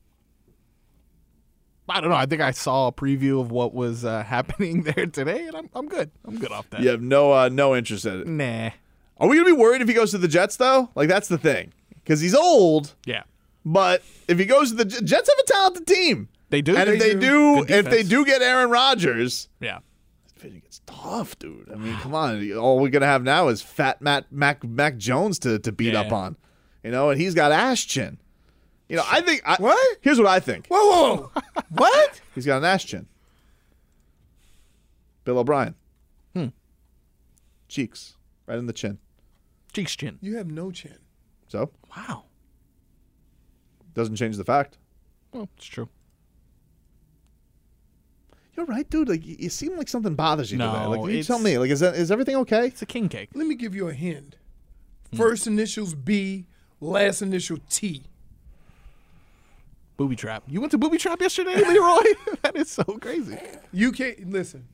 Speaker 3: I don't know. I think I saw a preview of what was uh, <laughs> happening there today, and I'm, I'm good. I'm good off that.
Speaker 1: You have no uh, no interest in it.
Speaker 3: Nah.
Speaker 1: Are we gonna be worried if he goes to the Jets though? Like that's the thing, because he's old.
Speaker 3: Yeah.
Speaker 1: But if he goes to the J- Jets, have a talented team.
Speaker 3: They do.
Speaker 1: and if they do,
Speaker 3: Good
Speaker 1: if they
Speaker 3: defense.
Speaker 1: do get Aaron Rodgers,
Speaker 3: Yeah.
Speaker 1: division gets tough, dude. I mean, come on. All we're gonna have now is Fat Matt Mac Mac Jones to to beat up on, you know, and he's got ash chin. You know, I think I, what? Here's what I think.
Speaker 2: Whoa, whoa, what?
Speaker 1: He's got an ash chin. Bill O'Brien.
Speaker 3: Hmm.
Speaker 1: Cheeks, right in the chin.
Speaker 3: <laughs> Cheeks chin.
Speaker 2: You have no chin.
Speaker 1: So
Speaker 3: Wow.
Speaker 1: doesn't change the fact.
Speaker 3: Well, it's true.
Speaker 1: You're right, dude. Like you you seem like something bothers you
Speaker 3: No,
Speaker 1: today. Like you
Speaker 3: it's-
Speaker 1: tell me, like is that is everything okay? It's
Speaker 3: a king cake.
Speaker 2: Let me give you a hint. First initials B, last initial T.
Speaker 3: Booby trap. You went to booby trap yesterday, <laughs> Leroy? that is so crazy.
Speaker 2: You can't listen.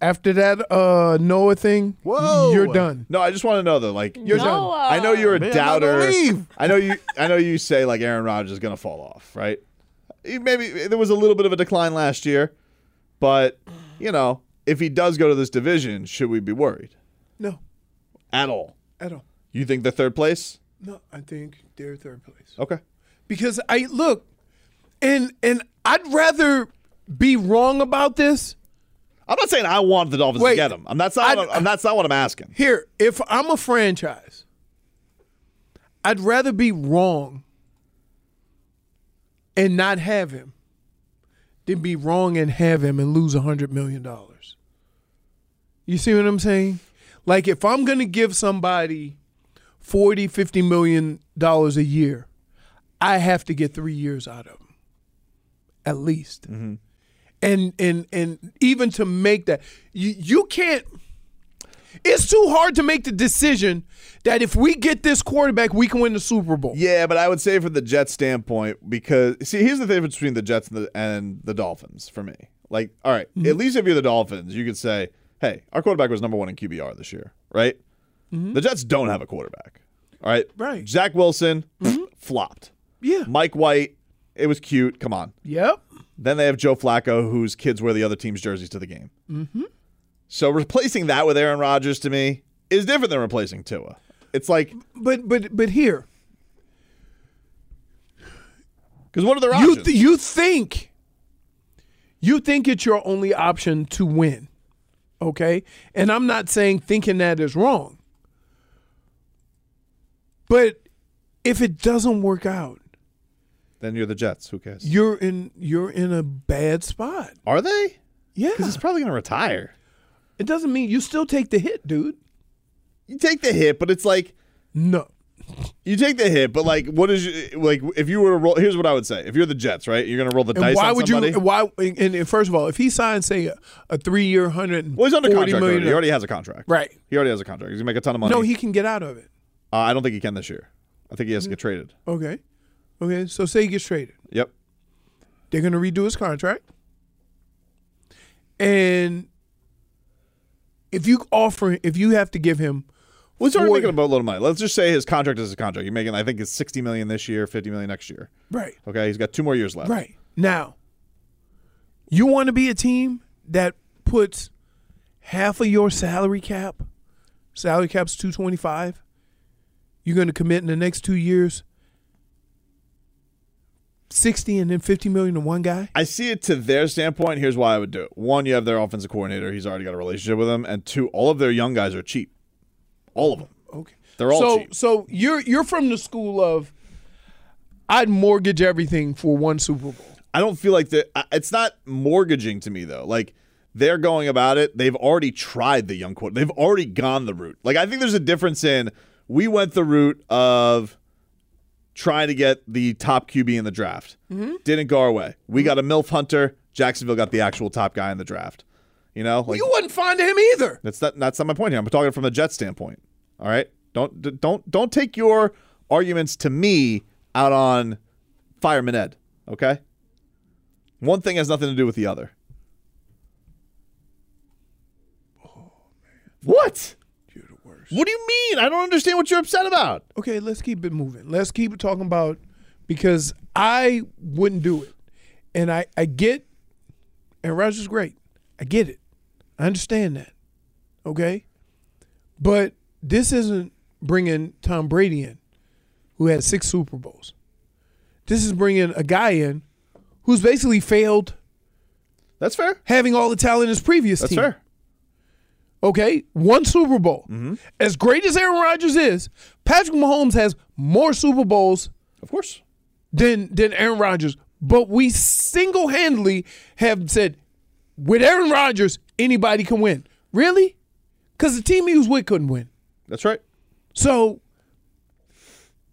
Speaker 2: After that uh Noah thing,
Speaker 1: Whoa.
Speaker 2: you're done.
Speaker 1: No, I just want to know though. Like
Speaker 2: You're done.
Speaker 4: Oh,
Speaker 2: Noah.
Speaker 1: I know you're a
Speaker 2: Man, I
Speaker 1: doubter.
Speaker 2: believe.
Speaker 1: I know you. I know you say like Aaron Rodgers is gonna fall off, right? Eh, Maybe there was a little bit of a decline last year, but you know, if he does go to this division, should we be worried
Speaker 2: No,
Speaker 1: at all?
Speaker 2: at all.
Speaker 1: You think they're third place?
Speaker 2: No, I think they're third place.
Speaker 1: Okay.
Speaker 2: Because I look, and and I'd rather be wrong about this.
Speaker 1: I'm not saying I want the Dolphins to get him. I'm not. That's not, what I'm- that's not what I'm asking.
Speaker 2: Here, if I'm a franchise, I'd rather be wrong and not have him than be wrong and have him and lose a $100 million. You see what I'm saying? Like, if I'm going to give somebody 40, 50 million dollars a year, I have to get three years out of them, at least. And and and even to make that, you you can't. It's too hard to make the decision that if we get this quarterback, we can win the Super Bowl.
Speaker 1: Yeah, but I would say from the Jets standpoint, because see, here's the difference between the Jets and the, and the Dolphins for me. Like, all right,
Speaker 2: Mm-hmm.
Speaker 1: at least if you're the Dolphins, you could say, hey, our quarterback was number one in QBR this year, right?
Speaker 2: Mm-hmm.
Speaker 1: The Jets don't have a quarterback. All right. Right. Zach Wilson
Speaker 2: Mm-hmm.
Speaker 1: <sniffs> flopped.
Speaker 2: Yeah.
Speaker 1: Mike White, it was cute. Come on.
Speaker 2: Yep.
Speaker 1: Then they have Joe Flacco, whose kids wear the other team's jerseys to the game.
Speaker 2: Mm-hmm.
Speaker 1: So replacing that with Aaron Rodgers to me is different than replacing Tua. It's like
Speaker 2: But but but here,
Speaker 1: because what are their
Speaker 2: options? You th- you think you think it's your only option to win, okay? And I'm not saying thinking that is wrong, but if it doesn't work out,
Speaker 1: then you're the Jets. Who cares?
Speaker 2: you're in you're in a bad spot.
Speaker 1: Are they?
Speaker 2: Yeah,
Speaker 1: because he's probably gonna retire.
Speaker 2: It doesn't mean you still take the hit, dude.
Speaker 1: You take the hit, but it's like
Speaker 2: no.
Speaker 1: You take the hit, but like, what is you, like if you were to roll? Here's what I would say: if you're the Jets, right, you're gonna roll the
Speaker 2: And
Speaker 1: dice.
Speaker 2: why
Speaker 1: on
Speaker 2: would
Speaker 1: somebody.
Speaker 2: you? Why? And, and first of all, if he signs, say a, a three-year, hundred
Speaker 1: Well, he's under contract. Already. He already has a contract.
Speaker 2: Right.
Speaker 1: He already has a contract. He's gonna make a ton of money.
Speaker 2: No, he can get out of it.
Speaker 1: Uh, I don't think he can this year. I think he has to get traded.
Speaker 2: Okay, okay. So say he gets traded,
Speaker 1: Yep.
Speaker 2: they're going to redo his contract, and if you offer, if you have to give him,
Speaker 1: Let's start
Speaker 2: four-
Speaker 1: making a boatload of money. Let's just say his contract is his contract. You're making, I think, it's sixty million this year, fifty million next year.
Speaker 2: Right.
Speaker 1: Okay. He's got two more years left.
Speaker 2: Right. Now, you want to be a team that puts half of your salary cap, salary cap's 225. You're going to commit in the next 2 years 60 and then 50 million to one guy?
Speaker 1: I see it to their standpoint. Here's why I would do it. One, you have their offensive coordinator. He's already got a relationship with them. And two, all of their young guys are cheap. All of them.
Speaker 2: Okay.
Speaker 1: They're all
Speaker 2: so
Speaker 1: cheap.
Speaker 2: so you're you're from the school of I'd mortgage everything for one Super Bowl.
Speaker 1: I don't feel like that. I- It's not mortgaging to me though. Like they're going about it. They've already tried the young quarter. They've already gone the route. Like I think there's a difference in we went the route of trying to get the top QB in the draft.
Speaker 2: Mm-hmm.
Speaker 1: Didn't go our way. We got a milf hunter. Jacksonville got the actual top guy in the draft. You know, like
Speaker 2: you wouldn't find him either.
Speaker 1: that's not that's not my point here. I'm talking from the Jets standpoint. All right, don't d- don't don't take your arguments to me out on Fireman Ed. Okay, one thing has nothing to do with the other. What? You're the worst. What do you mean? I don't understand what you're upset about.
Speaker 2: Okay, let's keep it moving. Let's keep talking about because I wouldn't do it. And I, I get and Rogers great. I get it. I understand that. Okay? But this isn't bringing Tom Brady in who had six Super Bowls. This is bringing a guy in who's basically failed
Speaker 1: That's fair.
Speaker 2: Having all the talent in his previous
Speaker 1: That's
Speaker 2: team.
Speaker 1: fair.
Speaker 2: Okay, one Super Bowl. As great as Aaron Rodgers is, Patrick Mahomes has more Super Bowls,
Speaker 1: of course,
Speaker 2: than than Aaron Rodgers. But we single handedly have said, with Aaron Rodgers, anybody can win. Really? Because the team he was with couldn't win.
Speaker 1: That's right.
Speaker 2: So,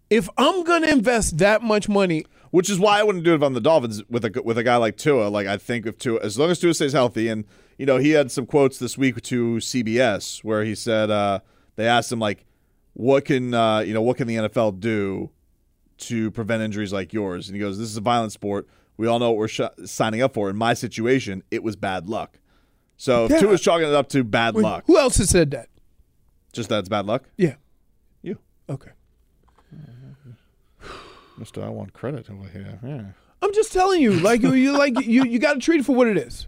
Speaker 2: if I'm gonna invest that much money,
Speaker 1: which is why I wouldn't do it on the Dolphins with a with a guy like Tua. Like I think if Tua, as long as Tua stays healthy, and you know he had some quotes this week to CBS where he said uh, they asked him like, what can uh, you know what can the NFL do to prevent injuries like yours? And he goes, this is a violent sport. We all know what we're sh- signing up for. In my situation, it was bad luck. So if
Speaker 2: Yeah.
Speaker 1: Tua's chalking it up to bad luck.
Speaker 2: Who else has said that?
Speaker 1: Just that's bad luck.
Speaker 2: Yeah.
Speaker 1: You.
Speaker 2: Okay.
Speaker 1: Mister, I want credit over here.
Speaker 2: I'm just telling you, like you, you like you, you got to treat it for what it is,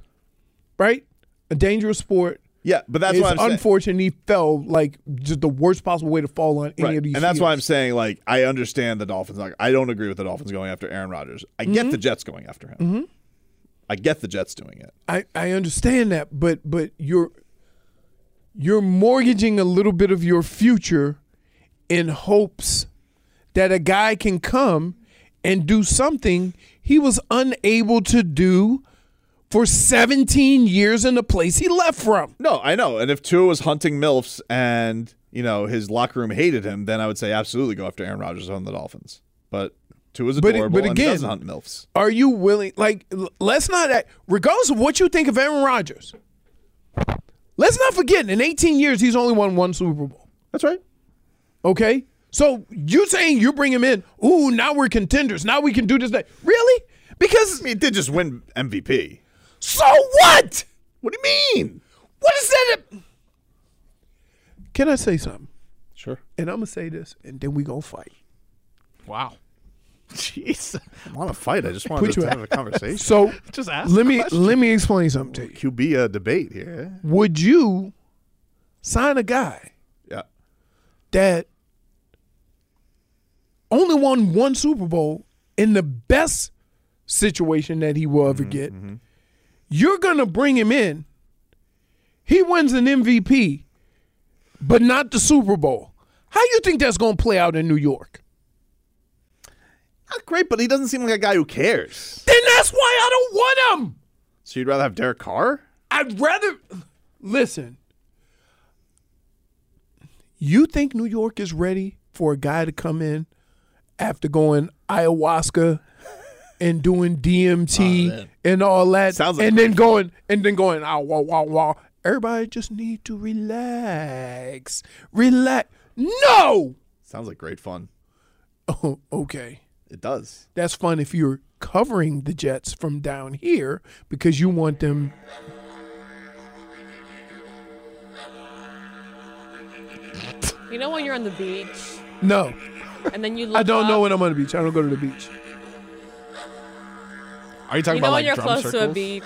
Speaker 2: right? A dangerous sport.
Speaker 1: Yeah, but that's
Speaker 2: it's
Speaker 1: what I'm saying.
Speaker 2: unfortunately fell like just the worst possible way to fall on any
Speaker 1: Right.
Speaker 2: of these.
Speaker 1: And that's why I'm
Speaker 2: fields.
Speaker 1: saying, like, I understand the Dolphins. Like, I don't agree with the Dolphins going after Aaron Rodgers. I
Speaker 2: Mm-hmm.
Speaker 1: get the Jets going after him.
Speaker 2: Mhm.
Speaker 1: I get the Jets doing it.
Speaker 2: I I understand that, but but you're you're mortgaging a little bit of your future in hopes that a guy can come and do something he was unable to do for 17 years in the place he left from.
Speaker 1: No, I know. And if Tua was hunting milfs and you know his locker room hated him, then I would say absolutely go after Aaron Rodgers on the Dolphins. But Tua's
Speaker 2: But it-
Speaker 1: adorable
Speaker 2: but
Speaker 1: and he
Speaker 2: again-
Speaker 1: doesn't hunt milfs.
Speaker 2: Are you willing? Like, l- let's not, act- regardless of what you think of Aaron Rodgers, let's not forget in 18 years, he's only won one Super Bowl.
Speaker 1: That's right.
Speaker 2: Okay. So you're saying you bring him in. Ooh, now we're contenders. Now we can do this. That. Really? Because.
Speaker 1: he did just win MVP.
Speaker 2: So what?
Speaker 1: What do you mean?
Speaker 2: What is that? Can I say something?
Speaker 1: Sure.
Speaker 2: And I'm going to say this, and then we going to fight.
Speaker 3: Wow. <laughs> Jeez.
Speaker 1: I want to fight. I just
Speaker 2: Put you out.
Speaker 1: <laughs>
Speaker 2: So
Speaker 3: just ask.
Speaker 2: Let me let me explain something to you.
Speaker 1: QB a uh, debate here.
Speaker 2: Would you sign a guy
Speaker 1: Yeah.
Speaker 2: that only won one Super Bowl in the best situation that he will ever get? You're gonna bring him in. He wins an MVP, but not the Super Bowl. How you think that's gonna play out in New York?
Speaker 1: Not great, but he doesn't seem like a guy who cares.
Speaker 2: Then that's why I don't want him.
Speaker 1: So you'd rather have Derek Carr?
Speaker 2: I'd rather listen. You think New York is ready for a guy to come in after going ayahuasca and doing DMT and all that, and then going and then going ah wow wow wow. Everybody just need to relax, relax. No, <laughs>
Speaker 1: Sounds like great fun.
Speaker 2: oh, okay.
Speaker 1: It does.
Speaker 2: That's fun if you're covering the Jets from down here because you want them.
Speaker 4: uh, You know when you're on the beach
Speaker 2: No,
Speaker 4: and then you look
Speaker 2: I don't know
Speaker 4: up-
Speaker 2: when I'm on the beach. I don't go to the beach.
Speaker 3: Are you talking
Speaker 4: you know
Speaker 3: about like
Speaker 4: when you're
Speaker 3: drum
Speaker 4: close
Speaker 3: circles?
Speaker 4: to a beach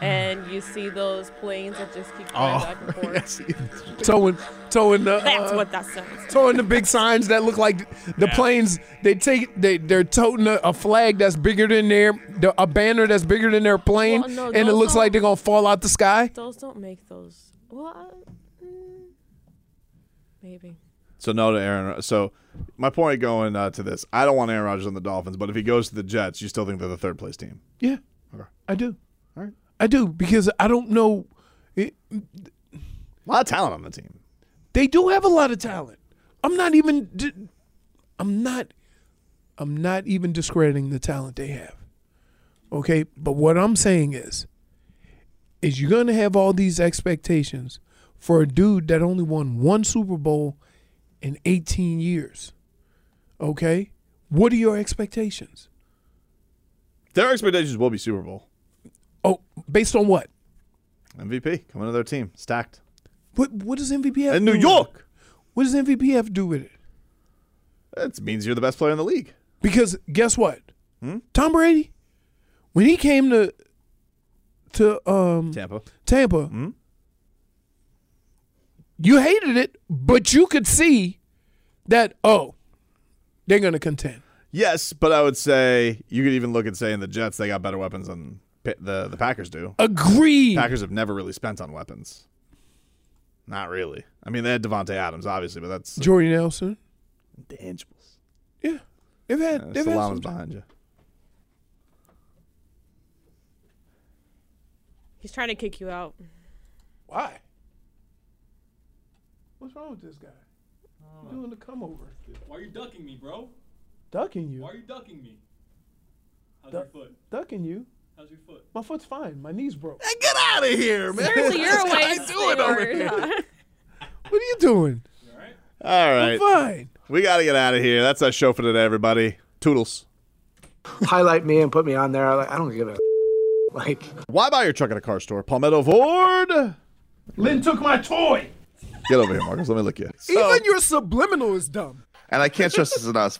Speaker 4: and you see those planes that just keep
Speaker 2: Oh,
Speaker 4: going back
Speaker 2: <laughs>
Speaker 4: and forth.
Speaker 2: towing, towing the.
Speaker 4: <laughs> That's
Speaker 2: uh,
Speaker 4: what that sounds.
Speaker 2: Towing the big signs that look like the planes. They take they they're toting a, a flag that's bigger than their the, a banner that's bigger than their plane,
Speaker 4: Well, Oh, no,
Speaker 2: and it
Speaker 4: those
Speaker 2: looks like
Speaker 4: don't-
Speaker 2: they're gonna fall out the sky.
Speaker 4: Those don't make those. Well, I- mm, maybe.
Speaker 1: So no to Aaron. So my point going uh, to this, I don't want Aaron Rodgers on the Dolphins, but if he goes to the Jets, you still think they're the third place team.
Speaker 2: Yeah, I do. All right, I do because I don't know. It,
Speaker 1: A lot of talent on the team.
Speaker 2: They do have a lot of talent. I'm not even. di- I'm not. I'm not even discrediting the talent they have. Okay, but what I'm saying is, is you're gonna have all these expectations for a dude that only won one Super Bowl in 18 years. Okay, what are your expectations?
Speaker 1: Their expectations will be Super Bowl
Speaker 2: Oh, based on what?
Speaker 1: MVP coming to their team stacked.
Speaker 2: What What does MVP have
Speaker 1: In New
Speaker 2: to do with it?
Speaker 1: York.
Speaker 2: What does MVP have to do with it?
Speaker 1: That means you're the best player in the league.
Speaker 2: Because guess what?
Speaker 1: Hmm?
Speaker 2: Tom Brady, when he came to to um,
Speaker 1: Tampa,
Speaker 2: Tampa,
Speaker 1: Hmm?
Speaker 2: you hated it, but you could see that oh, they're gonna contend.
Speaker 1: Yes, but I would say you could even look at saying the Jets. They got better weapons than Pa- the the Packers do.
Speaker 2: Agreed.
Speaker 1: Packers have never really spent on weapons. Not really. I mean, they had Devonte Adams, obviously, but that's
Speaker 2: Jordy Nelson.
Speaker 1: Intangibles.
Speaker 2: Yeah, they've had.
Speaker 1: Uh,
Speaker 2: they've had
Speaker 1: Salama's
Speaker 2: some-
Speaker 1: behind you.
Speaker 4: He's trying to kick you out.
Speaker 2: Why? What's wrong with this guy? He's doing the come over.
Speaker 13: Why are you ducking me, bro?
Speaker 2: Ducking you.
Speaker 13: Why are you ducking me? How's
Speaker 2: Du-
Speaker 13: your foot?
Speaker 2: Ducking you.
Speaker 13: How's your foot?
Speaker 2: My foot's fine. My knee's broke.
Speaker 13: get
Speaker 2: outta here, man. Seriously, <laughs> What's you're a this guy waste doing over there. here? What are you doing?
Speaker 1: <laughs> All right.
Speaker 2: fine.
Speaker 1: We got to get out of here. That's our show for today, everybody. Toodles.
Speaker 8: Highlight me and put me on there. I like, I don't give a like.
Speaker 1: Why buy your truck at a car store? Palmetto Ford.
Speaker 2: Lynn took my toy.
Speaker 1: Get over here, Marcus. Let me look you.
Speaker 2: Even your subliminal is dumb.
Speaker 14: And I can't stress this enough.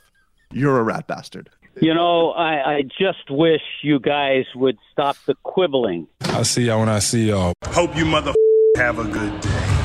Speaker 14: You're a rat bastard.
Speaker 13: You know, I, I just wish you guys would stop the quibbling.
Speaker 15: I see y'all when I see y'all.
Speaker 16: Hope you mother have a good day.